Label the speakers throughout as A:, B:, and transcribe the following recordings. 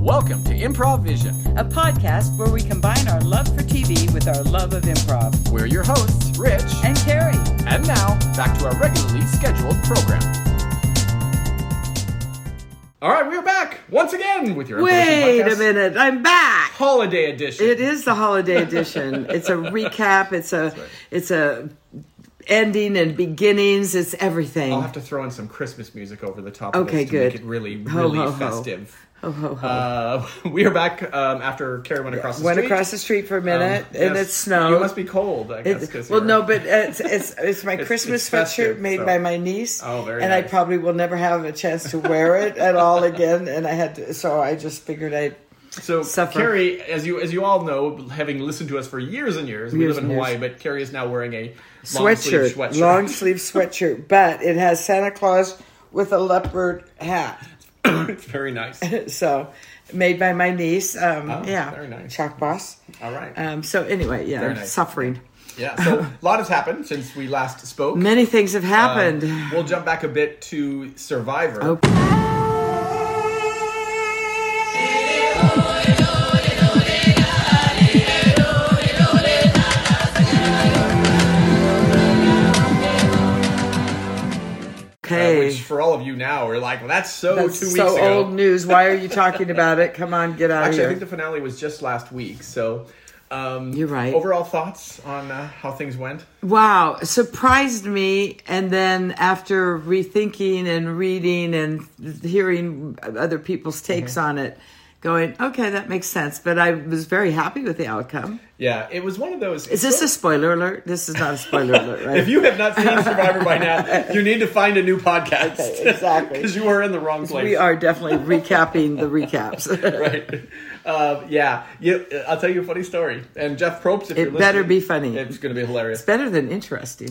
A: Welcome to Improv Vision.
B: a podcast where we combine our love for TV with our love of improv.
A: We're your hosts, Rich,
B: And Carrie,
A: and now back to our regularly scheduled program. All right, we're back once again with your
B: wait
A: Improvisation
B: a
A: podcast
B: minute, I'm back.
A: holiday edition.
B: It is the holiday edition. It's a recap. It's a it's a ending and beginnings. It's everything.
A: I'll have to throw in some Christmas music over the top. of
B: Okay,
A: this
B: good.
A: To make it really,
B: Ho,
A: really
B: ho, ho.
A: festive.
B: Oh,
A: Uh, we are back um, after Carrie went across the
B: Went
A: street.
B: across the street for a minute,
A: Um,
B: and
A: yes.
B: it snowed.
A: You must be cold, I guess.
B: It-
A: 'cause
B: well,
A: you're-
B: no, but it's it's, it's my Christmas
A: it's festive,
B: sweatshirt made
A: so-
B: by my niece.
A: Oh, very
B: And I
A: nice.
B: probably will never have a chance to wear it at all again. And I had to, so I just figured I.
A: So
B: Suffer.
A: Carrie, as you as you all know, having listened to us for years and years, we
B: Years
A: live in
B: and years.
A: Hawaii, but Carrie is now wearing a
B: sweatshirt,
A: long sleeve sweatshirt.
B: long sleeve sweatshirt, but it has Santa Claus with a leopard hat.
A: it's very nice.
B: So, made by my niece. Um,
A: Oh,
B: yeah,
A: very nice.
B: Chalk Boss.
A: All right.
B: Um, so anyway, yeah,
A: Very nice.
B: suffering.
A: yeah. So a lot has happened since we last spoke.
B: Many things have happened.
A: Um, we'll jump back a bit to Survivor. uh,
B: Oh.
A: uh,
B: okay,
A: which for all of you now are like, well, that's so
B: that's
A: two weeks
B: so
A: ago.
B: old news. Why are you talking about it? Come on, get out
A: Actually, I
B: of
A: think
B: here.
A: the finale was just last week. So um,
B: You're right.
A: Overall thoughts on uh, how things went?
B: wow, surprised me. And then after rethinking and reading and hearing other people's takes
A: Mm-hmm.
B: on it, going, okay, that makes sense. But I was very happy with the outcome.
A: Yeah, it was one of those.
B: Is this a spoiler alert? This is not a spoiler alert, right?
A: If you have not seen Survivor by now, you need to find a new podcast.
B: Okay, exactly.
A: Because you are in the wrong place.
B: we are definitely recapping the recaps.
A: Right. Um, yeah. You, uh, I'll tell you a funny story. And Jeff Probst, if you're listening.
B: better be funny.
A: It's going to be hilarious.
B: Better than interesting.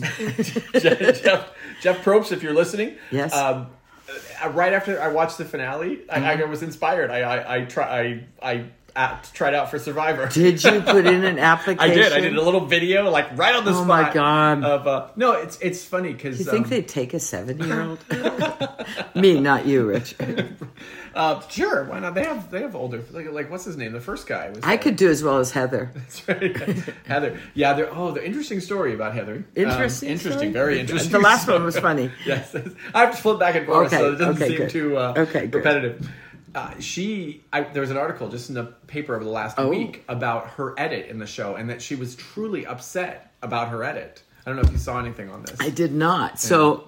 A: Jeff, Jeff, Jeff Probst, if you're listening.
B: Yes.
A: Um, uh, right after I watched the finale, I,
B: Mm-hmm.
A: I was inspired. I I, I, try, I, I apt- tried out for Survivor.
B: Did you put in an
A: I
B: application?
A: did. I did a little video, like right on the
B: Oh
A: spot.
B: my God.
A: Of uh, no, it's it's funny um, because
B: You think they'd take a seven-year-old? Me, not you, Rich.
A: Uh, sure, why not? They have they have older like, like what's his name? The first guy was
B: I could do as well as Heather.
A: Heather. Yeah, they're oh the interesting story about Heather. Um,
B: Interesting
A: interesting,
B: story?
A: very interesting.
B: The last
A: story.
B: one was funny.
A: yes, I have to flip back and forth, so
B: Okay,
A: it doesn't
B: okay,
A: seem
B: good.
A: too uh,
B: Okay, good.
A: repetitive. Uh, she, I, there was an article just in the paper over the last
B: Oh.
A: week about her edit in the show, and that she was truly upset about her edit. I don't know if you saw anything on this.
B: I did not. So,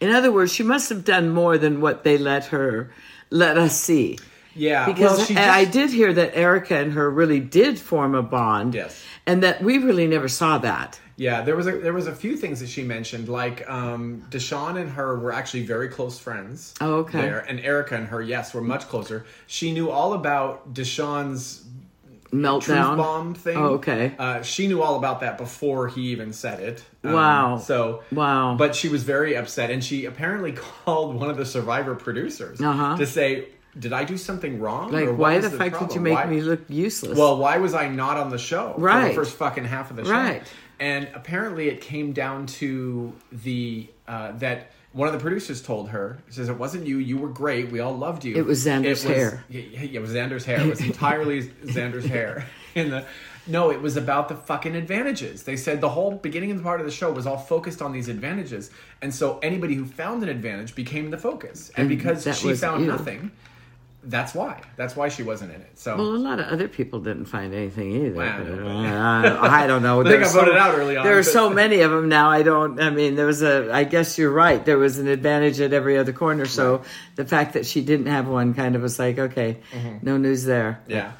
B: in other words, she must have done more than what they let her let us see.
A: yeah,
B: because
A: Uh, well, she
B: and I
A: just-
B: did hear that Erica and her really did form a bond.
A: Yes.
B: and that we really never saw that.
A: Yeah, there was a there was a few things that she mentioned, like um, Deshaun and her were actually very close friends.
B: Oh, okay.
A: There and Erica and her, yes, were much closer. She knew all about Deshaun's truth
B: Meltdown.
A: bomb thing.
B: Oh, okay.
A: Uh, she knew all about that before he even said it. Um,
B: Wow.
A: So
B: Wow.
A: But she was very upset, and she apparently called one of the Survivor producers
B: Uh-huh.
A: to say, "Did I do something wrong?
B: like,
A: Or what
B: why
A: was
B: the fuck did you
A: problem?
B: make
A: Why-
B: me look useless?
A: well, why was I not on the show for the
B: Right.
A: first fucking half of the show?
B: Right.
A: And apparently, it came down to the uh, that one of the producers told her says it wasn't you. You were great. We all loved you.
B: It was Xander's
A: It was-
B: hair.
A: Yeah, yeah, it was Xander's hair. It was entirely Xander's hair. In the no, it was about the fucking advantages. They said the whole beginning and part of the show was all focused on these advantages, and so anybody who found an advantage became the focus. And, because
B: that
A: she
B: was
A: found
B: you.
A: nothing, that's why. That's why she wasn't in it. So
B: Well, a lot of other people didn't find anything either.
A: Well, I don't
B: Uh, I don't know.
A: I think
B: There
A: I
B: are so-
A: voted out early on,
B: There are
A: but-
B: so many of them now. I don't. I mean, there was a. I guess you're right. There was an advantage at every other corner. So the fact that she didn't have one kind of was like, okay, no news there.
A: Mm-hmm. yeah.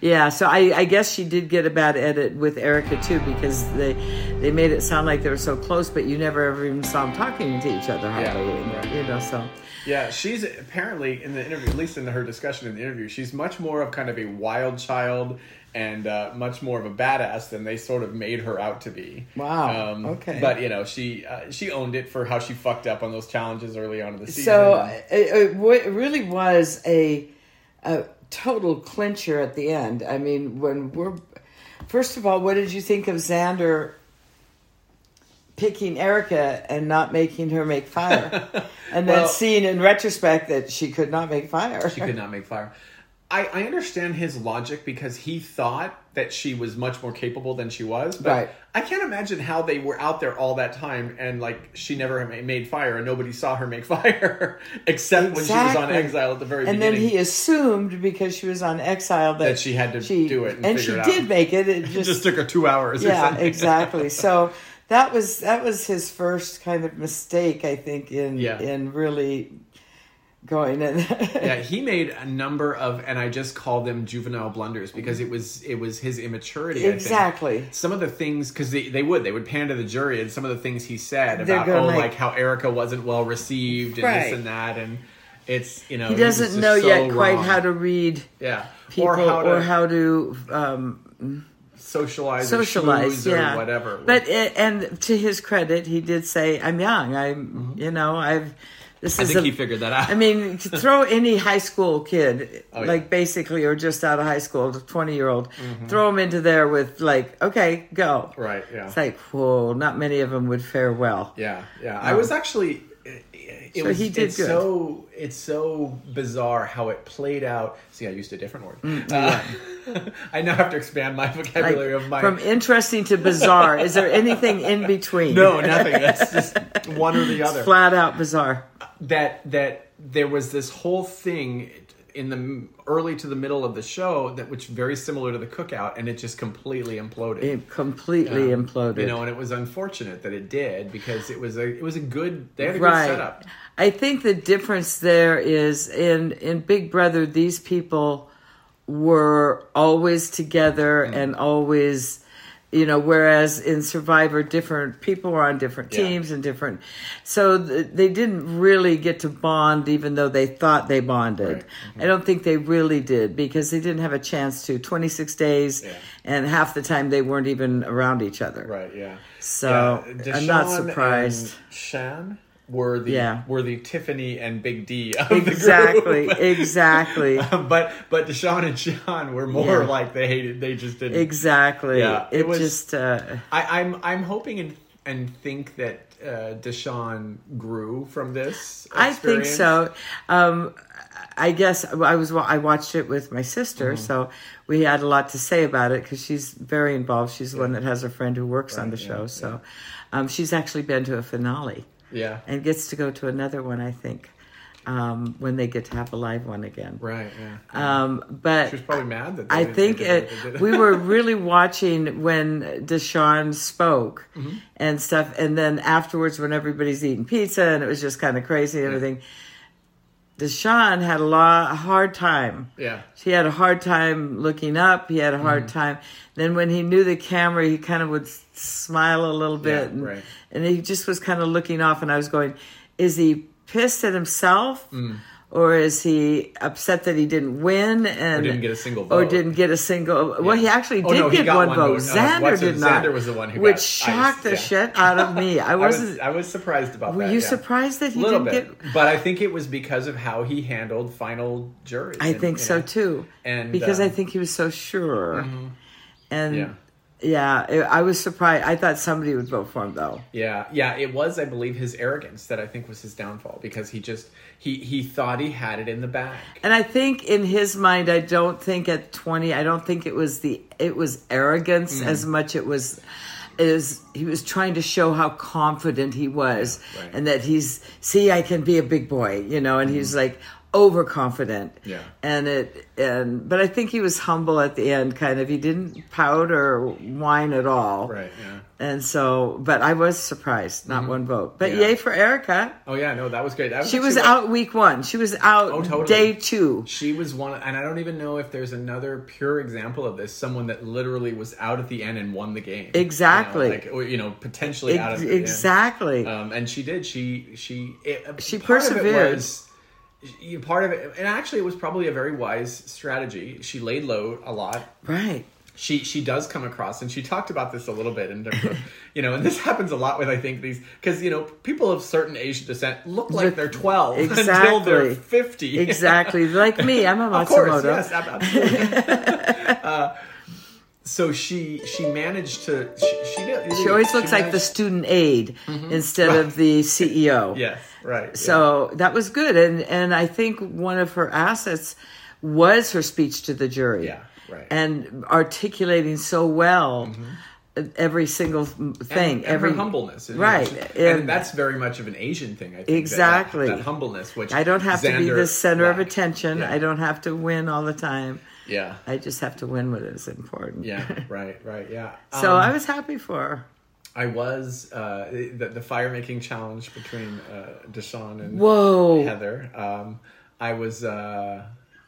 B: Yeah, so I, I guess she did get a bad edit with Erica too because they they made it sound like they were so close, but you never ever even saw them talking to each other hardly.
A: right.
B: You know, so
A: Yeah, she's apparently in the interview, at least in her discussion in the interview, she's much more of kind of a wild child and uh, much more of a badass than they sort of made her out to be. Um,
B: Wow, okay.
A: But you know, she uh, she owned it for how she fucked up on those challenges early on in the season.
B: so it, it wa- it really was a a total clincher at the end. I mean, when we're first of all, what did you think of Xander picking Erica and not making her make fire, and
A: Well-
B: then seeing in retrospect that she could not make fire?
A: she could not make fire. I, I understand his logic because he thought that she was much more capable than she was. But
B: Right.
A: I can't imagine how they were out there all that time and like she never ma- made fire and nobody saw her make fire except when she was on
B: Exactly.
A: exile at the very
B: and then
A: beginning.
B: he assumed because she was on exile that,
A: That she had to do it and
B: and she
A: figure it
B: did
A: out.
B: make it. It
A: it
B: just,
A: just took her two hours. or
B: yeah,
A: something.
B: exactly. So that was that was his first kind of mistake, I think, in
A: Yeah.
B: in really going in.
A: yeah, he made a number of, and I just call them juvenile blunders because it was it was his immaturity. I think.
B: Exactly.
A: Some of the things because they, they would they would pan to the jury and some of the things he said
B: They're
A: about
B: gonna
A: oh
B: like-
A: like, how Erica wasn't well received and
B: Right.
A: this and that and it's you know
B: He doesn't know yet quite how to read
A: yeah
B: people
A: or how to
B: um,
A: socialize
B: socialize,
A: or, schmooze or
B: yeah,
A: whatever.
B: But it, and to his credit, he did say, "I'm young. I'm you know I've this
A: Mm-hmm. I
B: is
A: think
B: a-
A: he figured that out.
B: I mean, to throw any high school kid,
A: Oh, yeah. Mm-hmm.
B: like basically, or just out of high school, the 20 year old, throw him into there with, like, okay, go.
A: right yeah
B: It's like, whoa, not many of them would fare well.
A: Yeah, yeah. I was actually. It, it
B: Um, So
A: was,
B: he did
A: it's
B: good.
A: So it's so bizarre how it played out. See, I used a different word. Uh, I now have to expand my
B: Mm, Like,
A: vocabulary of my.
B: from interesting to bizarre, is there anything in between?
A: no, nothing. That's just one or the other.
B: Flat out bizarre.
A: that that there was this whole thing in the m- early to the middle of the show that which very similar to the cookout, and it just completely imploded. Um,
B: It completely imploded.
A: You know, and it was unfortunate that it did because it was a it was a good they had a good setup.
B: I think the difference there is in in Big Brother, these people were always together
A: Mm-hmm.
B: and always, you know. Whereas in Survivor, different people were on different
A: Yeah.
B: teams and different, so th- they didn't really get to bond, even though they thought they bonded.
A: Right. Mm-hmm.
B: I don't think they really did because they didn't have a chance to. Twenty six days,
A: Yeah.
B: and half the time they weren't even around each other.
A: Right. Yeah.
B: So, I'm not surprised.
A: and Shan were the
B: Yeah.
A: were the Tiffany and Big D of
B: Exactly,
A: the group.
B: exactly.
A: but but Deshaun and Sean were more
B: Yeah.
A: like they hated. They just didn't.
B: Exactly.
A: Yeah,
B: it
A: it was-
B: just uh,
A: I, I'm I'm hoping and and think that uh, Deshaun grew from this.
B: I think
A: experience.
B: so. Um, I guess I was I watched it with my sister,
A: Mm-hmm.
B: so we had a lot to say about it because she's very involved. She's the one that has a friend who works on the
A: yeah,
B: show, so um, she's actually been to a finale
A: Yeah.
B: and gets to go to another one. I think um, when they get to have a live one again.
A: Right. Yeah.
B: Um, but
A: She was probably mad that they
B: I
A: didn't-
B: think
A: they didn't- they
B: it,
A: didn't-
B: we were really watching when Deshaun spoke
A: Mm-hmm.
B: and stuff, and then afterwards when everybody's eating pizza and it was just kind of crazy and everything. Deshaun had a lot a hard time.
A: yeah.
B: He had a hard time looking up. He had a hard
A: Mm-hmm.
B: time. Then when he knew the camera, he kind of would s- smile a little bit,
A: Yeah,
B: and,
A: right.
B: and he just was kind of looking off. And I was going, "Is he pissed at himself,
A: Mm.
B: or is he upset that he didn't win and
A: didn't get a single
B: or
A: vote.
B: didn't get a single? Well,
A: Yeah.
B: he actually
A: Oh,
B: did
A: no, he
B: get
A: got
B: one,
A: one
B: vote.
A: vote. Uh,
B: Xander
A: Watson-
B: did not.
A: Xander was the one who
B: which
A: got
B: shocked
A: iced,
B: the
A: yeah.
B: shit out of me. I
A: I was
B: wasn't.
A: I was surprised about
B: were
A: that.
B: you
A: yeah.
B: surprised that
A: A
B: he
A: little
B: didn't
A: bit,
B: get?
A: but I think it was because of how he handled final jury.
B: I think so too.
A: And,
B: because I
A: um, mm-hmm.
B: think he was so sure. And
A: Yeah.
B: yeah, it- I was surprised. I thought somebody would vote for him though.
A: Yeah, yeah, it was, I believe, his arrogance that I think was his downfall because he just he he thought he had it in the bag.
B: And I think in his mind, I don't think at twenty, I don't think it was the it was arrogance
A: Mm-hmm.
B: as much it was is he was trying to show how confident he was
A: right.
B: and that he's see I can be a big boy, you know, and he was like overconfident.
A: Mm-hmm. Yeah.
B: And it and but I think he was humble at the end kind of. He didn't pout or whine at all.
A: Right. Yeah.
B: And so, but I was surprised, not one vote. But
A: Mm-hmm. Yeah.
B: yay for Erica.
A: Oh yeah, no, that was great. That
B: She was
A: actually-
B: out week one. She was out
A: totally.
B: day two.
A: She was one, and I don't even know if there's another pure example of this. Someone that literally was out at the end and won the game. You know,
B: Exactly.
A: like, or, you know, potentially out of
B: Ex-
A: the end.
B: exactly.
A: Um, and she did. She she it, uh,
B: She
A: part of it
B: persevered.
A: was- you- part of it, and actually, it was probably a very wise strategy. She laid low a lot.
B: right.
A: she she does come across and she talked about this a little bit in terms of you know and this happens a lot with i think these because you know people of certain asian descent look like they're 12 until
B: Exactly.
A: they're 50
B: Exactly. Like me, I'm a Matsumoto.
A: of course yes ab- absolutely Uh, so she she managed to she, she, did-
B: She always looks like the
A: managed-
B: student aide instead of the E CEO.
A: yes right yeah.
B: So that was good, and and I think one of her assets was her speech to the jury.
A: Yeah, right.
B: And articulating so well every single thing.
A: Mm-hmm. And- and
B: every
A: her humbleness, and-
B: Right,
A: And,
B: and-
A: that's very much of an Asian thing. I think that-
B: Exactly.
A: that, that humbleness. Which
B: I don't have to be
A: Xander
B: the center of
A: lacked.
B: attention.
A: Yeah.
B: I don't have to win all the time.
A: Yeah,
B: I just have to win what is important.
A: yeah, right, right, yeah.
B: so
A: Um,
B: I was happy for her.
A: I was uh, the, the fire making challenge between uh, Deshaun and
B: Whoa.
A: Heather. Um, I was. Uh,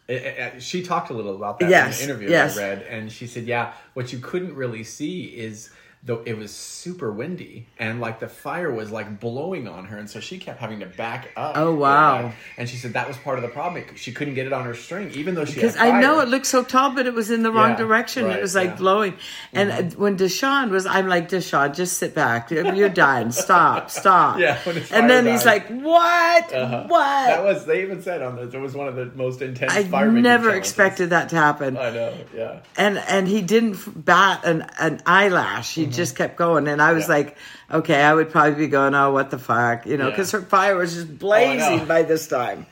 A: i i I- she talked a little about that
B: Yes,
A: in an interview
B: yes.
A: I read, and she said, "Yeah, what you couldn't really see is." Though it was super windy and like the fire was like blowing on her, and so she kept having to back up.
B: Oh, wow.
A: Back. And she said that was part of the problem. It- She couldn't get it on her string, even though she. had
B: Because I know
A: fire.
B: it looked so tall, but it was in the wrong
A: Yeah,
B: direction.
A: right,
B: it was like
A: yeah. Mm-hmm.
B: blowing. And uh, when Deshaun was, I'm like, Deshaun, just sit back. You're done. Stop, stop.
A: Yeah, when it's
B: and then
A: fire
B: he's
A: died. Uh-huh.
B: like, What? What?
A: That was they even said on this. It was one of the most intense.
B: I
A: fire making
B: never
A: challenges.
B: expected that to happen.
A: I know. Yeah.
B: and and he didn't f- bat an, an eyelash. He just kept going, and I was
A: Mm-hmm. Yeah.
B: like, okay, I would probably be going, oh, what the fuck, you
A: Yeah.
B: know,
A: Oh,
B: because her fire was just
A: I know.
B: blazing by this time.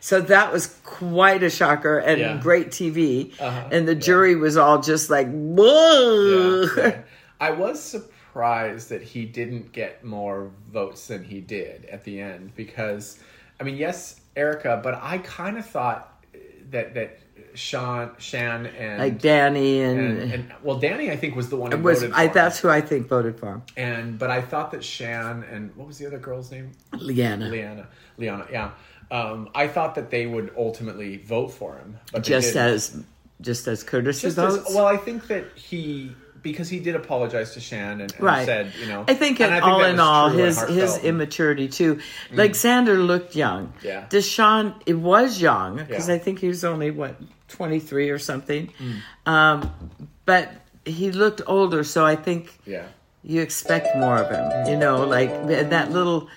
B: so that was quite a shocker and
A: Yeah.
B: great TV,
A: Uh-huh.
B: and the jury was all just like, whoa.
A: yeah. I was surprised that he didn't get more votes than he did at the end because, I mean, yes, Erica, but I kind of thought that that Sean, Shan, and,
B: Like Danny and,
A: and, and well, Danny, I think was the one who
B: it was
A: voted for
B: I,
A: him.
B: that's who I think voted for him,
A: and but I thought that Shan and what was the other girl's name?
B: Leanna.
A: Liana, Liana, yeah. Um, I thought that they would ultimately vote for him, but they
B: just
A: didn't.
B: as just as Curtis
A: Just as-
B: votes.
A: well, I think that he because he did apologize to Shan and, and
B: right.
A: said, you know,
B: I think, in
A: and
B: all
A: that
B: in
A: was
B: all,
A: true and
B: his his
A: heartfelt. Mm.
B: immaturity too. Like Xander looked young.
A: Yeah.
B: Deshaun, it was young because
A: Yeah.
B: I think he was only what twenty three or something,
A: Mm.
B: um, but he looked older. So I think
A: yeah,
B: you expect more of him. You know, like th- that little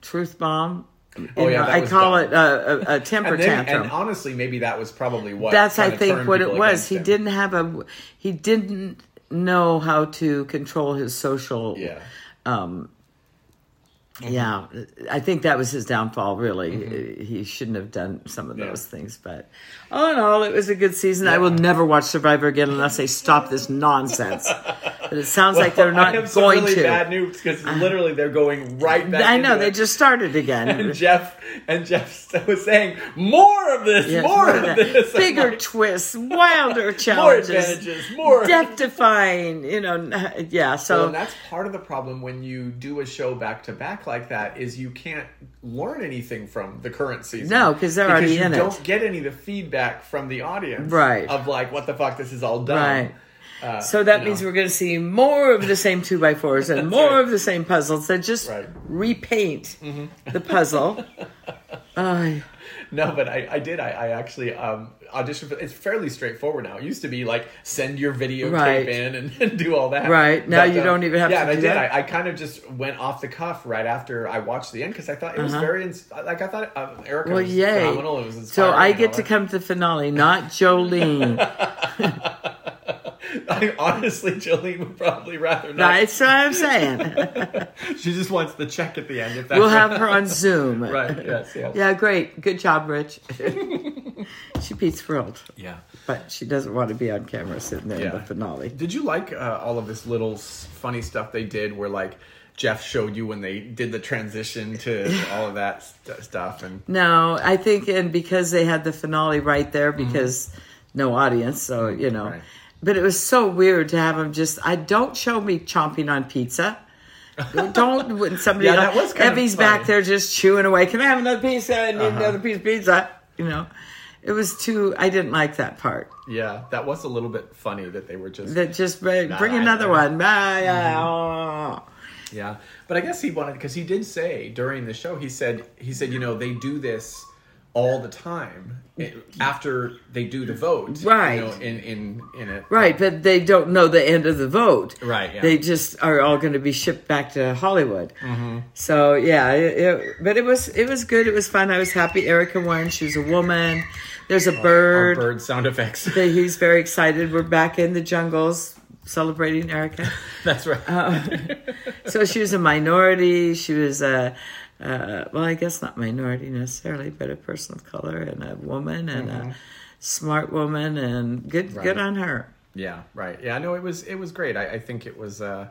B: truth bomb. you
A: Oh, yeah,
B: know,
A: that
B: I
A: was
B: call
A: dumb.
B: it a, a, a temper
A: and, then,
B: tantrum
A: and honestly, maybe that was probably what
B: that's I
A: kinda
B: think
A: turned
B: what it
A: people
B: was.
A: against
B: He
A: him.
B: didn't have a he didn't know how to control his social.
A: Yeah.
B: Um,
A: Mm-hmm.
B: Yeah, I think that was his downfall. Really, he shouldn't have done some of
A: Yeah.
B: those things. But all in all, it was a good season. I will never watch Survivor again unless they stop this nonsense. but it sounds like they're
A: Well,
B: not
A: I have
B: going
A: some really
B: to. Uh-huh.
A: bad news because literally they're going right back.
B: I know
A: into
B: they
A: it.
B: just started again.
A: and Jeff and Jeff was saying more of this,
B: Yes,
A: more,
B: more
A: of
B: that.
A: this, I'm
B: bigger
A: like,
B: twists, wilder
A: more
B: challenges,
A: advantages, more
B: death defying, you know, n- yeah.
A: Well,
B: So
A: and that's part of the problem when you do a show back to back like that is you can't learn anything from the current season.
B: No, 'cause they're already
A: you
B: in it.
A: don't get any of the feedback from the audience,
B: Right.
A: Of like, what the fuck, this is all done.
B: right.
A: Uh,
B: Um, So that
A: you
B: means
A: know.
B: we're going to see more of the same two by fours and more
A: right.
B: of the same puzzles that just
A: Right. Mm-hmm.
B: repaint the puzzle. Ay,
A: no, but I, I did. I, I actually um, auditioned. For, it's fairly straightforward now. It used to be like send your videotape
B: Right.
A: in and, and do all that. uh,
B: Right. Now you don't even have
A: yeah,
B: to
A: and I
B: do
A: did.
B: that?
A: I, I kind of just went off the cuff right after I watched the end because I thought it was very ins- like I thought um, Erica
B: Uh-huh. well,
A: was
B: yay!
A: phenomenal. It was
B: so
A: inspiring
B: I
A: and
B: get
A: all
B: to
A: that.
B: come to the finale, not Jolene.
A: I honestly, Jolene would probably rather not.
B: That's what I'm saying.
A: She just wants the check at the end. If that's
B: We'll have her on Zoom.
A: right. Yes. Yes.
B: Yeah, great. Good job, Rich. She'd be thrilled,
A: Yeah.
B: but she doesn't want to be on camera sitting there in the
A: Yeah.
B: finale.
A: Did you like uh, all of this little s- funny stuff they did, where like Jeff showed you when they did the transition to all of that st- stuff, and
B: No, I think, and because they had the finale right there, because no audience, so you know.
A: right.
B: But it was so weird to have them just. I don't show me chomping on pizza. don't when somebody
A: Yeah, that was kind of
B: Evie's back
A: funny. Uh-huh.
B: there just chewing away. Can I have another pizza? I need another piece of pizza. You know, it was too. I didn't like that part.
A: yeah, that was a little bit funny that they were just
B: That just bring, bring
A: I- Mm-hmm.
B: another
A: I-
B: one. Bye. Ah, ah.
A: Yeah, but I guess he wanted because he did say during the show he said he said you know they do this all the time eh, after they do the vote,
B: Right.
A: You know, in in in it,
B: Right, but they don't know the end of the vote.
A: Right, yeah.
B: They just are all going to be shipped back to Hollywood.
A: Mm-hmm.
B: So yeah, it, it- but it was it was good. It was fun. I was happy. Erica won. She was a woman. There's a
A: Our
B: bird.
A: Oh, bird sound effects.
B: that He's very excited. We're back in the jungles celebrating Erica. Uh,
A: That's right.
B: so she was a minority. She was a, a uh, well, I guess not minority necessarily, but a person of color and a woman and a smart woman and good good
A: Mm-hmm. Right.
B: on her.
A: Yeah, right. Yeah, no, it was it was great. I, I think it was uh,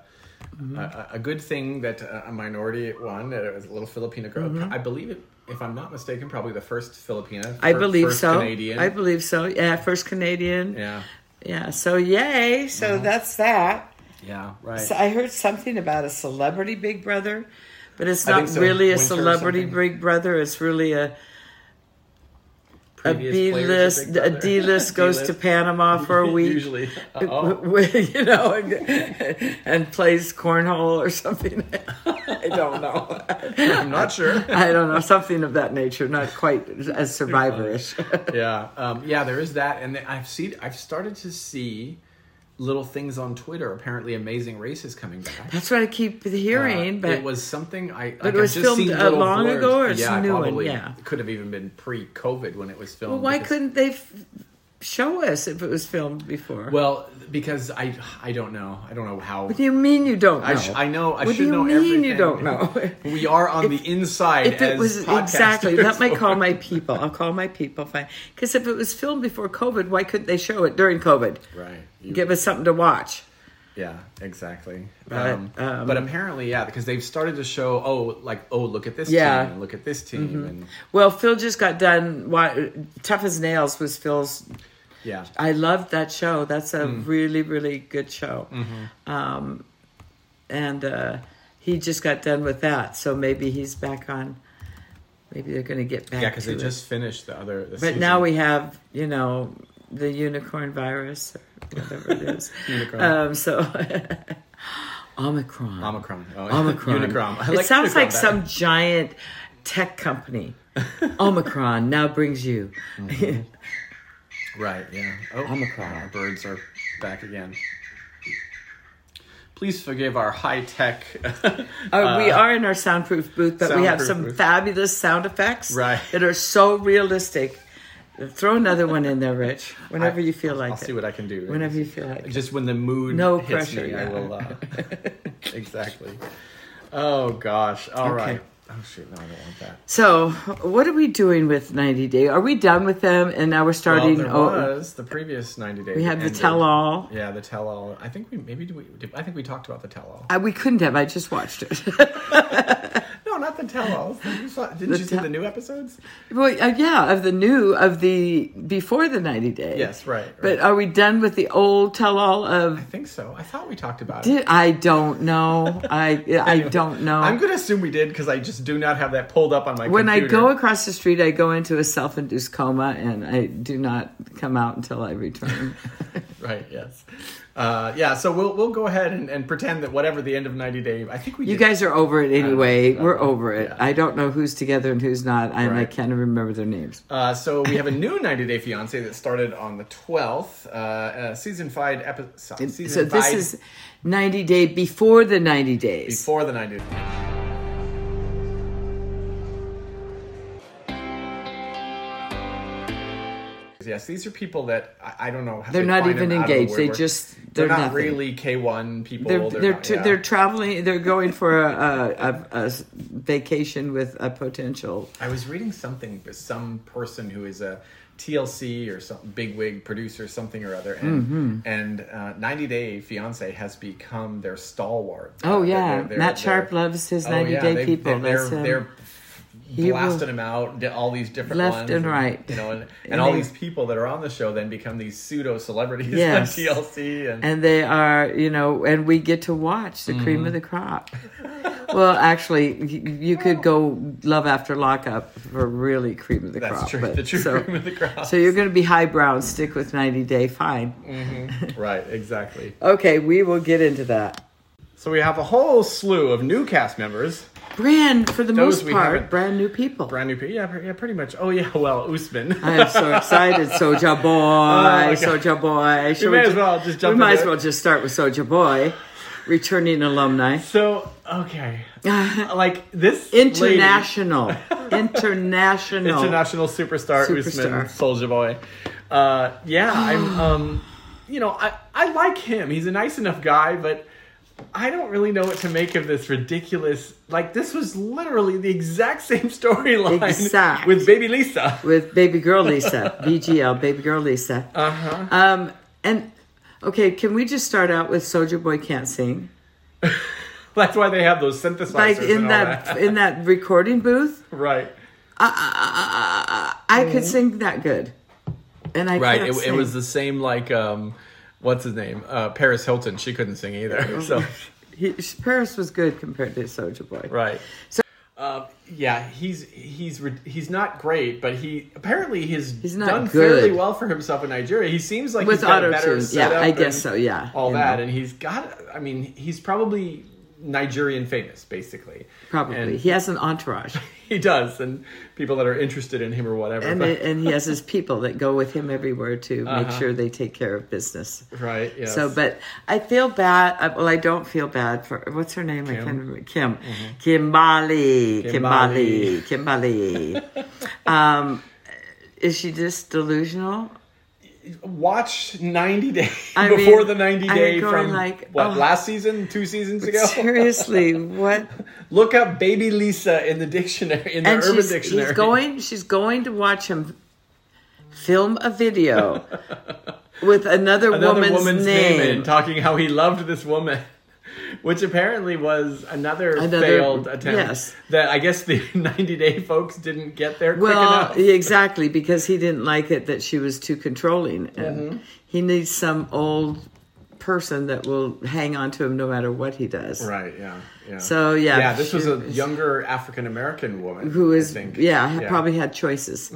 B: Mm-hmm.
A: a, a good thing that uh, a minority won. That it was a little Filipina girl. I believe it, if I'm not mistaken, probably the first Filipina.
B: Mm-hmm. I
A: fir-
B: believe
A: first
B: so.
A: Canadian.
B: I believe so. Yeah, first Canadian.
A: yeah, Uh-huh.
B: Yeah, So yay. So that's that.
A: yeah, right.
B: So I heard something about a celebrity Big Brother, but it's
A: I
B: not
A: think so.
B: really a
A: Winter or
B: celebrity
A: something.
B: Big Brother. It's really a a
A: Previous
B: B
A: players of
B: list.
A: Big
B: A
A: Brother.
B: D list goes to
A: D-list.
B: Panama for a week.
A: Usually, Oh. Uh-oh.
B: you know, and, and plays cornhole or something. I don't know.
A: I'm not sure.
B: I don't know something of that nature. Not quite as survivorish.
A: yeah, um, yeah. There is that, and I've seen. I've started to see little things on Twitter. Apparently, Amazing Race is coming back.
B: That's what I keep
A: Uh,
B: hearing. but
A: it was something I. But
B: it was filmed, uh, long ago or it's
A: yeah,
B: a new one?
A: probably
B: Yeah.
A: could have even been pre-COVID when it was filmed.
B: well, why
A: because-
B: couldn't they f- show us if it was filmed before?
A: Well, because I I don't know. I don't know how.
B: what do you mean you don't know?
A: I, sh- I know. I
B: what
A: should
B: do you
A: know
B: mean
A: everything.
B: you don't know?
A: We are on the inside.
B: If it
A: as
B: was
A: podcasters.
B: exactly, let me call my people. I'll call my people. Fine, because if it was filmed before COVID, why couldn't they show it during COVID?
A: Right. You-
B: Give us something to watch.
A: Yeah, exactly.
B: But,
A: um,
B: um,
A: but apparently, yeah, because they've started to show, oh, like, oh, look at this
B: Yeah. Mm-hmm.
A: team, and look at this team, and
B: Well, Phil just got done. Why, Tough as nails was Phil's.
A: yeah,
B: I loved that show. That's a
A: Mm.
B: really, really good show.
A: Mm-hmm.
B: Um, and uh, he just got done with that, so maybe he's back on. Maybe they're going to get back.
A: yeah, because
B: to
A: they
B: it.
A: just finished the other. The
B: But now we have, you know, the unicorn virus or whatever it is.
A: Unicron.
B: um, so Omicron.
A: Omicron. Oh,
B: Omicron.
A: Unicron. I
B: it sounds
A: Unicron
B: like
A: better.
B: some giant tech company. Omicron now brings you.
A: Mm-hmm. Right, yeah. Oh,
B: Omicron.
A: Our birds are back again. Please forgive our high tech.
B: Uh, we are in our soundproof booth, but we have
A: soundproof
B: some
A: booth.
B: fabulous sound effects
A: Right.
B: that are so realistic. Throw another one in there, Rich, whenever you feel like
A: I'll
B: it.
A: see what I can do.
B: whenever you feel like it.
A: Just when the mood
B: No
A: hits
B: pressure,
A: me,
B: yeah.
A: I will. Uh, exactly. Oh, gosh. All
B: Okay.
A: right. Oh, shoot. No, I don't want that.
B: So, what are we doing with 90 Day? Are we done with them and now we're
A: Well,
B: starting?
A: there was the previous 90 days.
B: we had the tell all.
A: Yeah, the tell all. I think we maybe did we, did, I think we talked about the tell all.
B: I, we couldn't have. I just watched it.
A: No, not the tell all. Didn't you see
B: tell-
A: the new episodes?
B: well, uh, yeah, of the new, of the before the 90 Day.
A: Yes, right. right.
B: But are we done with the old tell all of.
A: I think so. I thought we talked about it.
B: Did, I don't know. I I don't know.
A: I'm going to assume we did because I just do not have that pulled up on my
B: when I
A: computer.
B: go across the street, I go into a self induced coma and I do not come out until I return.
A: Right, yes. Uh, yeah, so we'll we'll go ahead and, and pretend that whatever the end of 90 Day, I think we
B: You
A: did.
B: guys are over it anyway.
A: I
B: We're
A: don't know.
B: over it.
A: Yeah.
B: I don't know who's together and who's not, and I
A: Right.
B: can't remember their names.
A: Uh, so we have a new 90 Day Fiance that started on the 12th, uh, uh, season five episode. Season
B: So this
A: five
B: is 90 day before the 90 days.
A: before the 90 Day. Yes, these are people that I, I don't know. How
B: They're
A: they
B: not
A: find
B: even
A: them out of the
B: engaged. They
A: woodwork.
B: just-
A: they're,
B: they're
A: not
B: nothing.
A: really K one people.
B: They're they're
A: not-
B: tra-
A: yeah.
B: they're traveling. They're going for a, a, a, a s- vacation with a potential.
A: I was reading something with some person who is a TLC or some bigwig producer, something or other, and
B: Mm-hmm.
A: and uh, 90 Day Fiance has become their stalwart.
B: Oh
A: Uh,
B: yeah,
A: they're- they're-
B: Matt
A: they're-
B: Sharp loves his 90 day
A: Oh, they-
B: people.
A: They're,
B: That's him.
A: they're
B: He will-
A: blasting them out, di- all these different
B: Left
A: ones,
B: and right.
A: you know, and, and
B: And
A: all
B: they-
A: these people that are on the show then become these pseudo celebrities
B: Yes.
A: on TLC, and,
B: and they are you know, and we get to watch the cream
A: Mm-hmm.
B: of the crop. well, actually, y- you could go Love After Lockup for really cream of the
A: that's
B: crop.
A: true,
B: but-
A: the true
B: so-
A: cream of the crop,
B: So you're going to be highbrow and stick with 90 Day, fine.
A: right? Exactly.
B: Okay, we will get into that.
A: So we have a whole slew of new cast members.
B: Brand, for the
A: Those
B: most
A: we
B: part,
A: haven't-
B: brand new people.
A: Brand new people. Yeah, pre- yeah, pretty much. Oh, yeah, well, Usman.
B: I am so excited, Soja Boy,
A: my God.
B: Soja Boy. Should
A: Oh, may as well just jump
B: We might
A: into
B: as
A: it.
B: well just start with Soja Boy, returning alumni,
A: so, okay. like, this lady-
B: international, international.
A: international superstar,
B: Superstar.
A: Usman Soldier Boy. Uh, yeah, I'm. Um, you know, I I like him. He's a nice enough guy, but I don't really know what to make of this ridiculous. Like this was literally the exact same storyline
B: Exact.
A: with Baby Lisa.
B: with baby girl Lisa, BGL, baby girl Lisa.
A: Uh huh.
B: Um, and okay, can we just start out with Soldier Boy can't sing?
A: Oh, That's why they have those synthesizers
B: Like
A: and
B: in
A: all
B: that, in that recording booth,
A: right.
B: I, I
A: Mm-hmm.
B: could sing that good, and I
A: Right.
B: Can't
A: It, it
B: sing.
A: was the same like um, what's his name? Uh, Paris Hilton. She couldn't sing either. So
B: He, Paris was good compared to Soldier Boy.
A: right.
B: So-
A: Um, yeah, he's he's re- he's not great, but he apparently he's,
B: He's not
A: done
B: good.
A: fairly well for himself in Nigeria. He seems like
B: With
A: he's got a better
B: auto-tune, yeah,
A: setup
B: I guess
A: and
B: so, yeah,
A: all
B: you
A: that,
B: know.
A: and he's got. I mean, he's probably Nigerian famous, basically.
B: Probably
A: And
B: he has an entourage,
A: he does, and people that are interested in him or whatever.
B: and
A: but-
B: and he has his people that go with him everywhere to make sure they take care of business.
A: right. Uh-huh. Yes.
B: So, but I feel bad. I- Well, I don't feel bad for what's her name? I can't remember. Kim,
A: Mm-hmm.
B: Kimbali, Kimbali, Kimbali. um, is she just delusional?
A: watch 90 day
B: I mean,
A: before the 90
B: I'm
A: day
B: going
A: from
B: like,
A: what
B: oh.
A: last season two seasons ago
B: Seriously, what?
A: look up baby lisa in the dictionary in the
B: And
A: urban
B: she's,
A: dictionary
B: she's going. She's going to watch him film a video with another,
A: another
B: woman's, name.
A: and talking how he loved this woman which apparently was another,
B: Another-
A: failed attempt
B: yes.
A: that i guess the 90 day folks didn't get there
B: Well,
A: quick enough
B: yeah, exactly, because he didn't like it that she was too controlling, and
A: Mm-hmm.
B: he needs some old person that will hang on to him no matter what he does.
A: right yeah yeah
B: So, yeah,
A: yeah this was
B: she
A: a
B: was-
A: younger african american woman
B: Who
A: I
B: is,
A: think. Mm-hmm,
B: yeah, ha- probably had choices.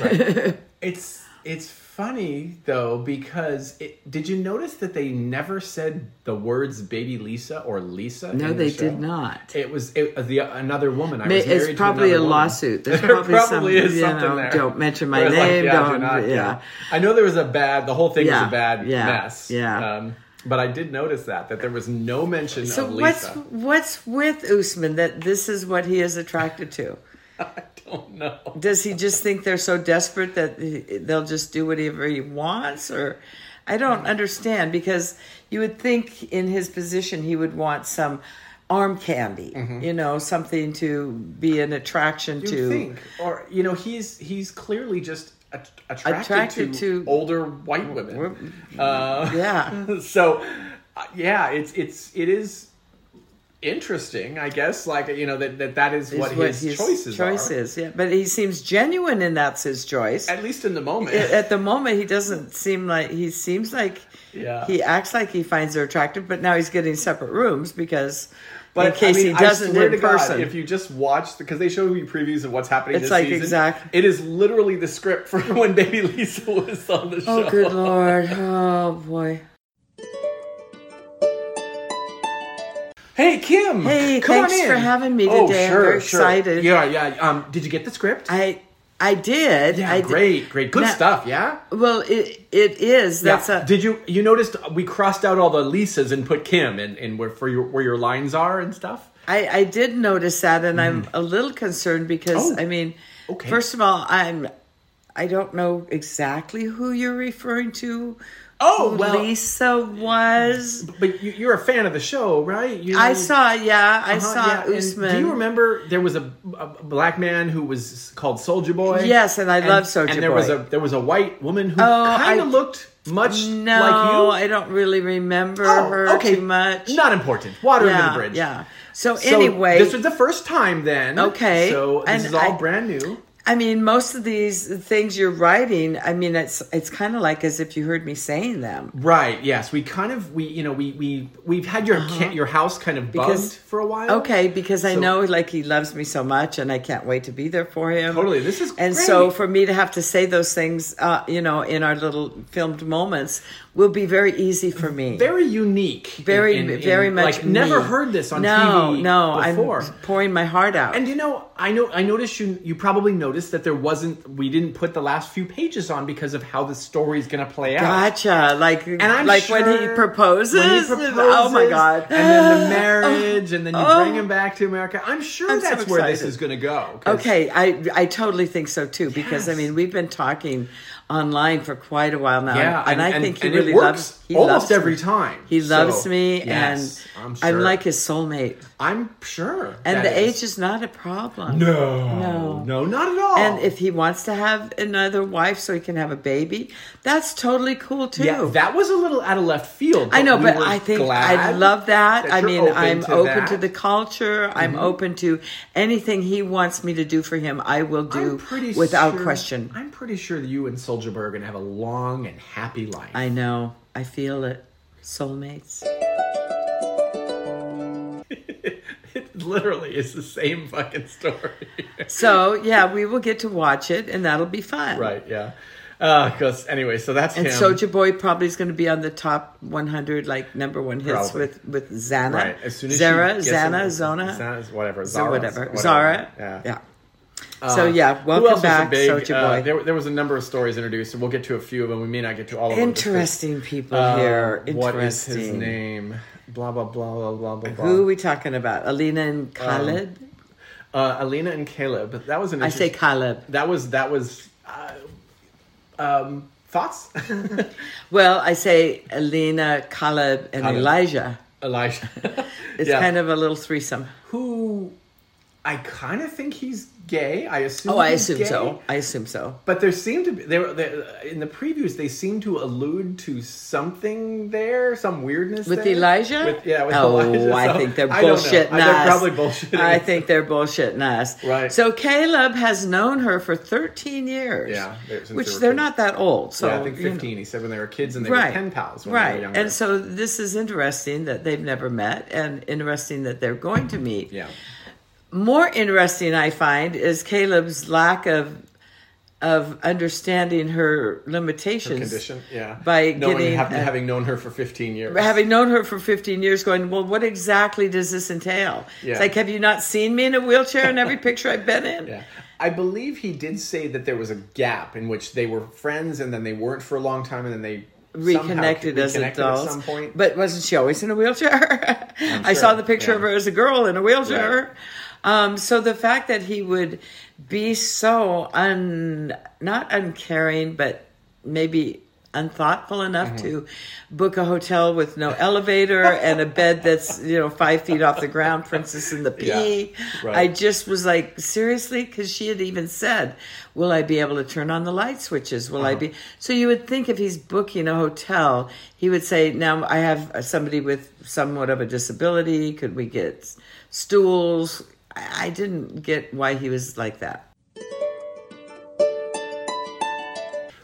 A: Right. it's it's funny though because it, did you notice that they never said the words "baby Lisa" or "Lisa"? in
B: No,
A: the
B: they
A: show?
B: did not.
A: It was it, uh, the another woman. I
B: Ma-
A: was married to
B: It's probably
A: another
B: a
A: woman.
B: lawsuit. There's
A: There
B: probably,
A: probably
B: some,
A: is
B: you
A: something
B: know,
A: there.
B: Don't mention my
A: Where it's like,
B: name.
A: yeah, do
B: don't.
A: not,
B: yeah.
A: I know there was a bad. The whole thing
B: Yeah,
A: was a bad
B: yeah,
A: mess.
B: yeah.
A: Um, but I did notice that that there was no mention
B: So
A: of
B: what's
A: Lisa.
B: what's with Usman that this is what he is attracted to?
A: I don't know.
B: Does he just think they're so desperate that he- they'll just do whatever he wants? Or I don't understand because you would think in his position he would want some arm candy,
A: Mm-hmm.
B: you know, something to be an attraction
A: You
B: to.
A: think, or you know, he's he's clearly just at- attracted,
B: Attracted
A: to,
B: to-
A: older white women. Uh,
B: Yeah.
A: so uh, yeah it's it's it is interesting i guess like you know that that, that is what,
B: is
A: his, choices
B: choice
A: are
B: is. Yeah, but he seems genuine and that's his choice.
A: at least in the moment
B: At- At the moment, he doesn't seem like he seems like
A: Yeah.
B: he acts like he finds her attractive, but now he's getting separate rooms because
A: but
B: in case
A: I mean,
B: he doesn't
A: I swear
B: in
A: to God,
B: person.
A: if you just watch because they show you previews of what's happening
B: It's
A: this
B: like
A: season
B: exact-
A: it is literally the script for when baby lisa was on the show
B: Oh, good lord. Oh, boy.
A: hey kim
B: Hey,
A: come on
B: thanks for
A: in.
B: having me
A: oh,
B: today. I'm
A: sure,
B: very
A: sure.
B: excited.
A: yeah yeah um did you get the script
B: I I did.
A: yeah
B: I did.
A: great great good
B: Now-
A: stuff yeah
B: Well, it it is. That's
A: yeah.
B: a.
A: Did you you noticed we crossed out all the Lisas and put Kim and and where for your where your lines are and stuff?
B: I, I did notice that, and I'm a little concerned because
A: Mm. Oh,
B: I mean,
A: okay.
B: first of all, I'm I don't know exactly who you're referring to.
A: Oh,
B: who
A: well-
B: Lisa was.
A: But you, you're a fan of the show, right? You,
B: I saw. Yeah, I
A: Huh,
B: saw
A: oh. Uh-huh, Uh, yeah, and
B: Usman.
A: Do you remember there was a, a black man who was called Soldier Boy?
B: Yes, and I love Soulja
A: And there was
B: Boy.
A: a there was a white woman who
B: Oh,
A: kind
B: I-
A: of looked much
B: No,
A: like you.
B: I don't really remember
A: Oh,
B: her too much.
A: Not important. Water under
B: yeah,
A: the bridge.
B: yeah. So,
A: So
B: anyway,
A: this was the first time then.
B: Okay,
A: So this
B: and
A: is all
B: I-
A: brand new.
B: I mean, most of these things you're writing, I mean, it's it's kind of like as if you heard me saying them.
A: Right. Yes, we kind of we you know we we we've had your ca- your house kind of bugged
B: Uh-huh. Because-
A: for a while.
B: Okay, because I
A: So-
B: know like he loves me so much, and I can't wait to be there for him.
A: Totally, this is
B: and
A: great.
B: so for me to have to say those things, uh, you know, in our little filmed moments, will be very easy for me.
A: very unique.
B: very, very much.
A: Like never
B: me.
A: heard this on
B: no,
A: TV.
B: No,
A: before.
B: I'm pouring my heart out.
A: and you know, I know, I noticed you. You probably noticed that there wasn't. We didn't put the last few pages on because of how the story's going to play out.
B: Gotcha! Like,
A: And I'm
B: like
A: sure
B: when he proposes.
A: when he
B: oh my
A: proposes,
B: god!
A: And then the marriage, and then you
B: Oh.
A: bring him back to America. I'm sure
B: I'm so
A: that's where this
B: excited.
A: is going to go. 'cause-
B: Okay, I I totally think so too because I
A: Yes.
B: mean we've been talking online for quite a while now,
A: Yeah,
B: and, I think he would really
A: it works
B: loves he
A: almost
B: loves
A: every
B: me.
A: time.
B: He loves
A: So,
B: me,
A: yes,
B: and
A: I'm
B: I'm,
A: sure.
B: like his soulmate.
A: I'm sure.
B: And
A: that
B: the
A: is.
B: age is not a problem.
A: No,
B: No.
A: no, not at all.
B: And if he wants to have another wife so he can have a baby, that's totally cool too.
A: yeah, that was a little out of left field.
B: I know,
A: we
B: but
A: were
B: I think
A: glad
B: I love that. I
A: you're
B: mean,
A: open
B: I'm open
A: that. Mm-hmm.
B: to the culture. I'm open to anything he wants me to do for him. I will do
A: I'm pretty
B: without
A: sure-
B: question.
A: I'm pretty sure that you and Soldier are going to have a long and happy life.
B: I know. I feel it. Soulmates.
A: it literally is the same fucking story.
B: So yeah, we will get to watch it, and that'll be fun.
A: right? Yeah. Because anyway, so that's
B: And
A: him.
B: Soulja Boy probably is going to be on the top 100, like number one hits
A: Probably.
B: with with Zana,
A: Right. As soon as
B: Zara,
A: she gets
B: Zana,
A: in-
B: Zona,
A: Zana, whatever,
B: Zara,
A: Zara,
B: whatever. Zara.
A: Yeah. Uh,
B: so yeah,
A: Who else
B: welcome
A: was a
B: back,
A: big,
B: Soulja
A: uh,
B: Boy.
A: there, there was a number of stories introduced, and we'll get to a few of them. We may not get to all of them. just 'cause,
B: Interesting people
A: uh,
B: here. Interesting.
A: What is his name? Blah blah blah blah blah blah.
B: Who are
A: blah.
B: we talking about? Alina
A: Um,
B: and Khaled?
A: Uh, Alina and Caleb. That was an.
B: I say
A: interesting-
B: Khaled.
A: That was that was. Uh, um, thoughts?
B: Well, I say Alina, Caleb, and
A: Khaled.
B: Elijah.
A: Elijah.
B: It's
A: Yeah.
B: kind of a little threesome.
A: who I kind of think he's gay. I assume.
B: Oh, I
A: he's
B: assume
A: gay.
B: so. I assume so.
A: But there seemed to be there, there in the previews. They seemed to allude to something there, some weirdness
B: With
A: there.
B: Elijah?
A: With, yeah, with
B: oh,
A: Elijah.
B: I
A: so
B: think they're
A: I don't know.
B: bullshitting
A: I- They're
B: us.
A: probably bullshitting.
B: I
A: us.
B: think they're bullshitting us.
A: Right.
B: So Caleb has known her for 13 years.
A: Yeah, they're- since they
B: Which
A: were
B: they're
A: kids.
B: not that old. So
A: Yeah, I think
B: you know.
A: fifteen. He said when they were kids and they were pen pals. When
B: right.
A: They were younger.
B: And so this is interesting that they've never met and interesting that they're going to meet.
A: yeah,
B: More interesting, I find, is Caleb's lack of of understanding her limitations.
A: condition. Yeah,
B: By
A: knowing
B: getting
A: having,
B: a-
A: having known her for fifteen years.
B: Having known her for 15 years, going, well, what exactly does this entail?
A: Yeah.
B: It's like, have you not seen me in a wheelchair in every picture I've been in?
A: Yeah. I believe he did say that there was a gap in which they were friends and then they weren't for a long time and then they somehow
B: Reconnected as
A: reconnected
B: adults.
A: at some point.
B: But wasn't she always in a wheelchair? I saw
A: sure,
B: the picture of
A: yeah.
B: her as a girl in a wheelchair. Um, so the fact that he would be so un not uncaring, but maybe unthoughtful enough
A: Mm-hmm.
B: to book a hotel with no elevator and a bed that's you know five feet off the ground, Princess in the Pea.
A: Yeah, right.
B: I just was like, seriously, because she had even said, "Will I be able to turn on the light switches? Will I
A: Uh-huh.
B: be?" So you would think if he's booking a hotel, he would say, "Now I have somebody with somewhat of a disability. Could we get stools?" I I didn't get why he was like that.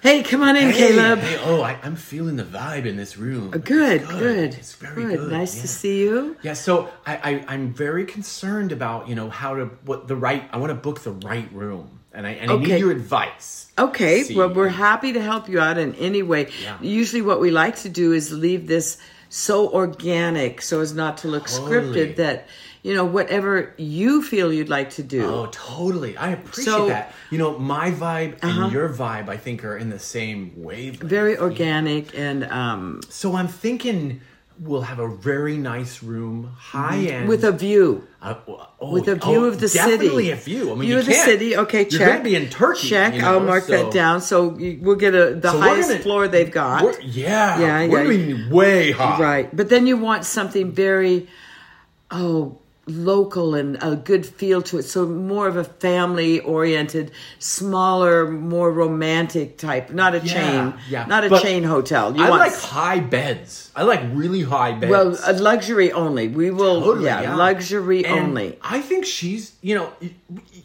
B: Hey, come on in, Caleb.
A: Hey, oh, I, I'm feeling the vibe in this room.
B: Good,
A: It's
B: good,
A: It's very good.
B: good. Nice
A: yeah.
B: to see you.
A: Yeah, so I, I, I'm very concerned about you know how to what the right. I want to book the right room, and I and I
B: Okay.
A: need your advice.
B: Okay,
A: See.
B: well, we're happy to help you out in any way.
A: Yeah.
B: Usually, what we like to do is leave this so organic so as not to look
A: Totally.
B: scripted that, you know, whatever you feel you'd like to do.
A: Oh, totally. I appreciate
B: So- Uh-huh.
A: that. You know, my vibe and your vibe, I think, are in the same wavelength.
B: Very organic and um,
A: So I'm thinking we'll have a very nice room, high end,
B: with a view.
A: uh, oh,
B: With a
A: oh,
B: view of the
A: definitely
B: city.
A: a view. I mean,
B: view
A: you
B: of the
A: can't-
B: city. Okay, check.
A: You're going to be in Turkey.
B: Check.
A: you know,
B: I'll mark
A: so-
B: that down. So you, we'll get a the
A: so we're
B: highest
A: gonna-
B: floor they've got.
A: we're- yeah,
B: Yeah,
A: we're
B: yeah.
A: doing way high.
B: Right. But then you want something very, oh, local and a good feel to it. So more of a family oriented, smaller, more romantic type. Not a
A: Yeah,
B: chain.
A: yeah.
B: Not a
A: But
B: chain hotel. You
A: I
B: want
A: like high beds. I like really high beds.
B: well, a luxury only. We will,
A: Totally,
B: yeah, luxury
A: And
B: only.
A: I think she's, you know, y-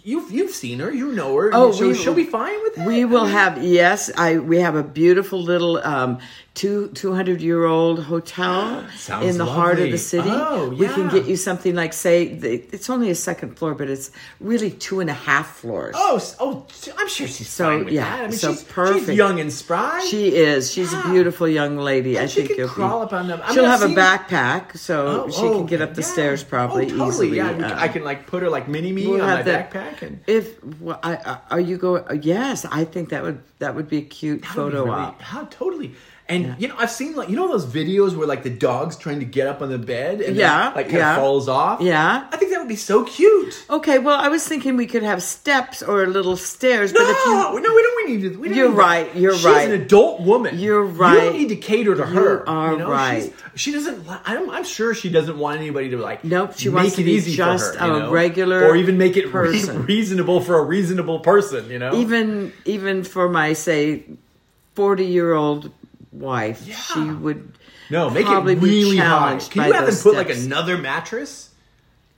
A: you've you've seen her, you know her.
B: Oh,
A: she'll,
B: we-
A: she'll be fine with that.
B: We will have yes, I we have a beautiful little um two two hundred year old hotel
A: Sounds
B: in the heart of
A: lovely.
B: the city.
A: Oh,
B: We can
A: yeah.
B: get you something like say the, it's only a second floor, but it's really two and a half floors.
A: Oh, s- oh, I'm sure she's
B: So,
A: fine with
B: yeah,
A: that. I mean,
B: so
A: she's,
B: perfect.
A: she's young and spry.
B: She is. She's
A: Wow.
B: a beautiful young lady. I
A: she
B: think
A: can
B: you'll be-
A: crawl up on them. I
B: she'll
A: mean, I've
B: have a
A: seen-
B: backpack, so
A: Oh,
B: she can
A: oh,
B: get up the
A: yeah.
B: stairs probably
A: oh, totally,
B: easily.
A: Yeah, we
B: uh,
A: can- I can like put her like mini me
B: We'll
A: on my
B: have that-
A: backpack and
B: If well, I, I, are you going? Yes, I think that would that would be a cute
A: That would be
B: photo
A: really-
B: op.
A: How totally. And you know, I've seen like you know those videos where like the dog's trying to get up on the bed and then,
B: Yeah,
A: like kind
B: yeah.
A: of falls off.
B: Yeah.
A: I think that would be so cute.
B: Okay, well, I was thinking we could have steps or little stairs,
A: No,
B: but if you
A: no, we don't. We need to. We don't
B: You're
A: need to-
B: right, you're
A: she's
B: right.
A: an adult woman.
B: You're
A: You
B: right.
A: don't need to cater to her.
B: are
A: you know?
B: right.
A: She's- she doesn't. li- I'm, I'm sure she doesn't want anybody to like.
B: Nope, she
A: make
B: wants to
A: it
B: be
A: easy for
B: just
A: her, you
B: a
A: know?
B: regular
A: or even make it re-
B: person.
A: reasonable for a reasonable person. You know,
B: even even for my say 40 year old wife she would
A: no, make it
B: probably be
A: really high.
B: challenged
A: Can
B: by
A: you have them
B: those
A: put like
B: steps.
A: another mattress?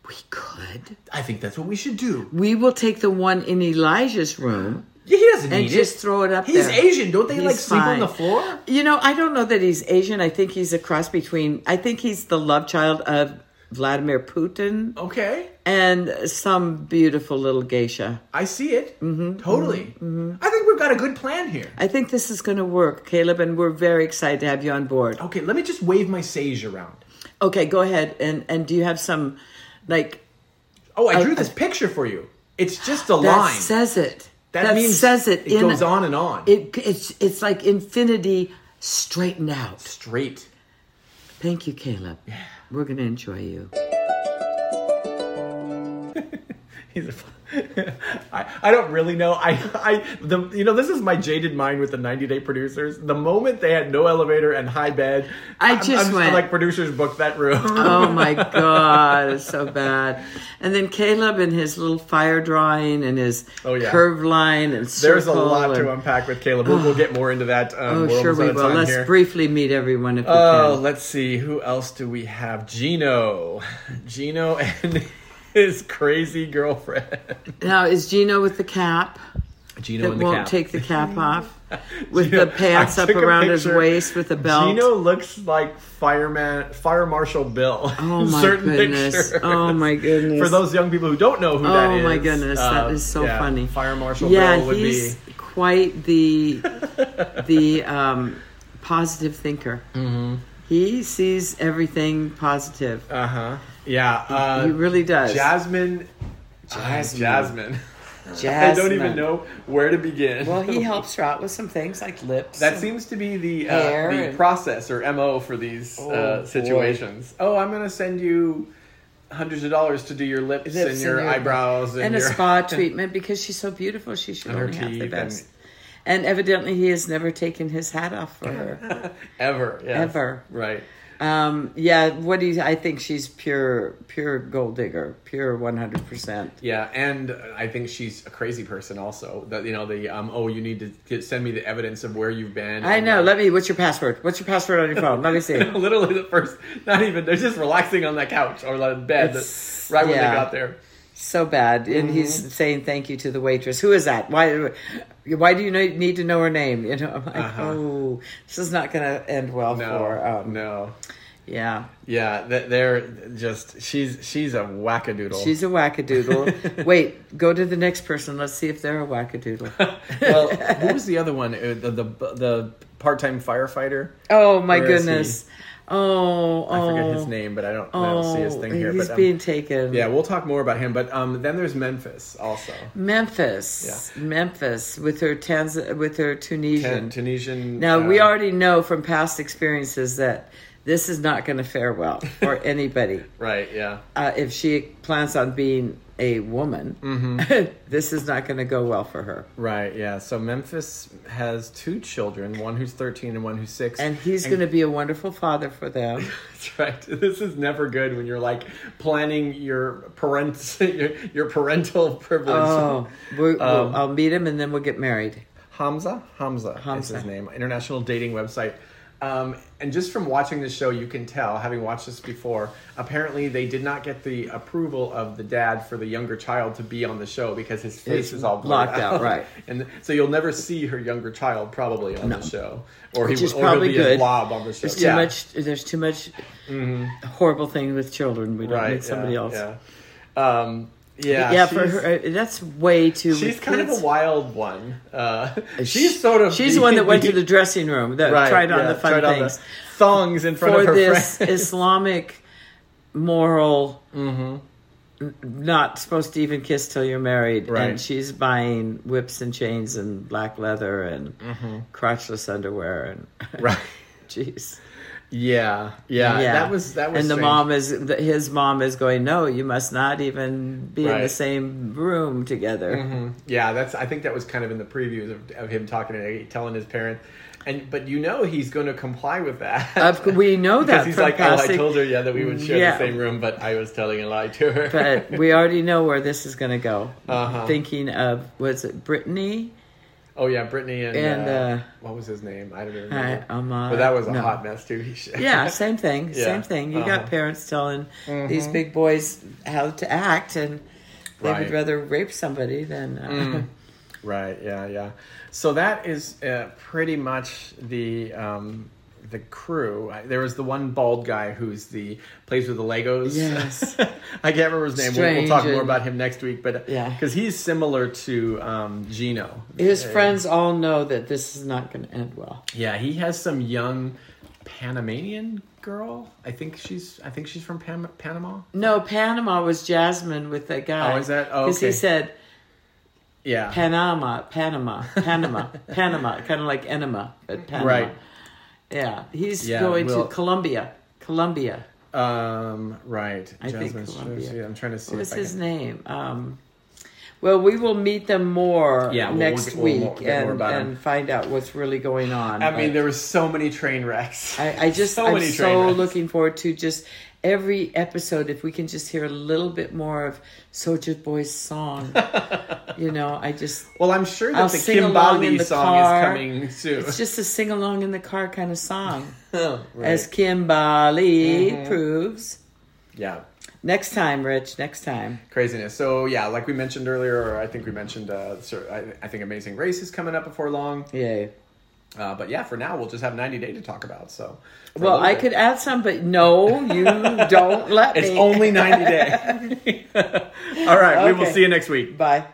B: we could
A: I think that's what we should do.
B: we will take the one in elijah's room
A: Yeah, he doesn't
B: and
A: need
B: just
A: it.
B: throw it up
A: He's
B: there.
A: Asian, don't they like
B: He's
A: sleep on
B: fine.
A: the floor?
B: you know i don't know that he's asian i think he's a cross between i think he's the love child of vladimir putin
A: Okay,
B: and some beautiful little geisha
A: I see it totally. I think we've got a good plan here.
B: i think this is going to work caleb and we're very excited to have you on board
A: Okay, let me just wave my sage around.
B: okay go ahead and and do you have some like
A: Oh, I
B: I-
A: drew this picture for you. It's just a
B: that
A: line.
B: says it
A: that, means
B: says it,
A: It goes on and on.
B: It, it's it's like infinity straightened out.
A: Straight.
B: Thank you, Caleb. We're gonna enjoy you.
A: He's a, I, I don't really know. I, I, the, you know, this is my jaded mind with the 90 Day Producers. The moment they had no elevator and high bed,
B: I
A: I'm-
B: just
A: I'm
B: went-
A: like producers booked that room.
B: Oh my God, it's so bad. And then Caleb and his little fire drawing and his
A: Oh, yeah.
B: curve line and circle.
A: There's a lot
B: and,
A: to unpack with Caleb. We'll, we'll get more into that. Um,
B: Oh,
A: we're
B: sure
A: almost out
B: we
A: of
B: will.
A: time
B: Let's
A: here.
B: briefly meet everyone if
A: Oh,
B: we can.
A: let's see. Who else do we have? Gino. Gino and his crazy girlfriend.
B: Now is Gino with the cap?
A: Gino
B: That
A: and the
B: won't
A: cap.
B: take the cap off, with
A: Gino-
B: the pants
A: I
B: up
A: took a
B: around his
A: picture.
B: waist with a belt.
A: Gino looks like fireman, fire marshal Bill.
B: Oh
A: in
B: my
A: certain
B: goodness.
A: pictures.
B: Oh my goodness.
A: For those young people who don't know who that
B: Oh
A: is,
B: my goodness, that
A: uh,
B: is so
A: yeah,
B: funny.
A: Fire marshal
B: yeah,
A: Bill would
B: he's
A: be.
B: quite the the um, positive thinker.
A: Mm-hmm.
B: He sees everything positive.
A: Uh huh. Yeah. Uh,
B: he really does.
A: Jasmine.
B: Jasmine.
A: Jasmine. I
B: Jasmine.
A: don't even know where to begin.
B: Well, he helps her out with some things like lips.
A: That
B: and-
A: seems to be the uh,
B: Hair
A: the
B: and-
A: process or mo for these
B: Oh,
A: uh,
B: boy.
A: situations. Oh, I'm gonna send you hundreds of dollars to do your lips,
B: Lips
A: and your
B: and your-
A: eyebrows and,
B: and a
A: your
B: spa treatment because she's so beautiful. She should
A: And her
B: only have the
A: teeth and-
B: best. And evidently, he has never taken his hat off for her.
A: ever yes.
B: Ever.
A: right.
B: Um, yeah, what do you? I think she's pure, pure gold digger, pure one hundred percent.
A: Yeah, and I think she's a crazy person. Also, that you know the um oh you need to get, send me the evidence of where you've been.
B: I
A: and,
B: know.
A: like,
B: Let me. What's your password? What's your password on your phone? Let me see.
A: literally the first, not even they're just relaxing on that couch or the bed
B: It's-
A: right when they
B: yeah.
A: got there.
B: So bad, and
A: Mm-hmm.
B: he's saying thank you to the waitress. Who is that? Why? Why do you know- need to know her name? You know, I'm like, oh, this is not going to end well
A: Uh-huh. No,
B: for. Um,
A: no,
B: Yeah,
A: yeah, th- they're just she's she's a wackadoodle.
B: she's a wackadoodle. Wait, go to the next person. Let's see if they're a wackadoodle.
A: well, who was the other one? Uh, The the, the part time firefighter.
B: Oh my
A: Where is he?
B: goodness. Oh,
A: I
B: oh,
A: forget his name, but I don't, I
B: Oh,
A: don't see his thing here.
B: he's
A: but um,
B: being taken.
A: yeah, we'll talk more about him. But um, then there's Memphis also,
B: Memphis, Memphis, with her Tanz- with her
A: Tan-
B: Tunisian.
A: Tunisian.
B: Now,
A: uh,
B: we already know from past experiences that this is not going to fare well for anybody.
A: right. Yeah,
B: Uh, if she plans on being a woman,
A: Mm-hmm.
B: this is not going to go well for her.
A: right. Yeah. So Memphis has two children, one who's 13 and one who's six.
B: And he's going to be a wonderful father for them.
A: That's right. This is never good when you're like planning your parent your, your parental privilege.
B: Oh, we we'll,
A: Um,
B: I'll meet him and then we'll get married.
A: Hamza, Hamza, Hamza
B: Hamza.
A: is his name. International dating website. Um, and just from watching this show, you can tell, having watched this before, apparently they did not get the approval of the dad for the younger child to be on the show because his face
B: It's
A: is all blurred
B: blocked out, right.
A: And so you'll never see her younger child probably on the show, or
B: Which
A: he
B: is
A: will- or he'll
B: probably
A: be a
B: good.
A: blob on the show.
B: There's too much. There's too much horrible thing with children. We don't
A: Mm-hmm. right?
B: need somebody
A: yeah,
B: else. Yeah,
A: Yeah. Um, yeah,
B: for
A: she's-
B: her, uh, that's way too.
A: She's
B: with
A: kind of a
B: kids.
A: wild one. Uh,
B: She-
A: she's sort of
B: She's the one that went to the dressing room that
A: Right,
B: tried on
A: yeah,
B: the fun
A: tried on the
B: things.
A: thongs in front of
B: for
A: her
B: this
A: friends.
B: Islamic moral
A: Mm-hmm.
B: n- not supposed to even kiss till you're married.
A: Right.
B: And she's buying whips and chains
A: Mm-hmm.
B: and black leather and crotchless underwear and
A: Right.
B: jeez.
A: Yeah, yeah, Uh, That was that was.
B: and the
A: strange.
B: mom is the, his mom is going. No, you must not even be in the
A: Right. Mm-hmm.
B: same room together.
A: Yeah, that's. I think that was kind of in the previews of, of him talking and telling his parents, and but you know he's going to comply with that.
B: Of cou- we know
A: because
B: that
A: he's
B: from
A: like, oh, I
B: casting-
A: told her yeah that we would share
B: Yeah.
A: the same room, but I was telling a lie to her.
B: but we already know where this is going to go.
A: Uh-huh.
B: Thinking of was it Brittany?
A: oh yeah, Brittany and,
B: And,
A: uh,
B: uh,
A: what was his name? I don't even
B: I,
A: remember.
B: um, uh,
A: but that was a
B: no.
A: hot mess too. He should-
B: Yeah, same thing.
A: Yeah.
B: Same thing. You
A: Uh-huh.
B: got parents telling
A: Mm-hmm.
B: these big boys how to act, and they
A: Right.
B: would rather rape somebody than. Uh,
A: Mm. Right. Yeah. Yeah. So that is uh, pretty much the um, the crew. I- There was the one bald guy who's the plays with the Legos.
B: Yes.
A: I can't remember his name. We'll, we'll talk
B: Strange
A: more
B: and-
A: about him next week. But
B: Yeah.
A: because he's similar to um, Gino.
B: His
A: Uh,
B: friends all know that this is not going to end well.
A: Yeah, he has some young Panamanian girl. I think she's. I think she's from Pan- Panama.
B: No, Panama was Jasmine with that guy.
A: Oh, is that- oh,
B: he
A: okay.
B: said
A: Yeah.
B: Panama, Panama, Panama, Panama, kind of like enema, but Panama.
A: Right.
B: Yeah, he's
A: Yeah,
B: going
A: well-
B: to Colombia. Colombia.
A: um. Right.
B: I think Colombia.
A: Yeah, I'm trying to see.
B: What was
A: if I
B: his
A: can-
B: name? Um, well, we will meet them more
A: Yeah, we'll-
B: next
A: we'll- we'll
B: week
A: get more
B: and,
A: about
B: and find out what's really going on.
A: I mean,
B: but
A: there were so many train wrecks.
B: I, I just
A: so
B: I'm
A: many train
B: so
A: wrecks.
B: looking forward to just every episode. If we can just hear a little bit more of Soulja Boy's song, you know, I just
A: Well, I'm sure that
B: I'll
A: the
B: sing
A: Kim
B: along
A: Bali
B: in the
A: song
B: car.
A: is coming soon.
B: it's just a sing along in the car kind of song,
A: Right. Mm-hmm.
B: as Kim Bali proves.
A: yeah,
B: Next time, Rich. Next time.
A: craziness. So yeah, like we mentioned earlier, or I think we mentioned, uh, sir, I, I think Amazing Race is coming up before long.
B: Yay.
A: Uh, but yeah, for now we'll just have 90 Day to talk about. So for a
B: Well,
A: little
B: I
A: bit.
B: could add some, but no, you don't let
A: It's
B: me.
A: only 90 Day. All right, we will
B: Okay.
A: see you next week.
B: Bye.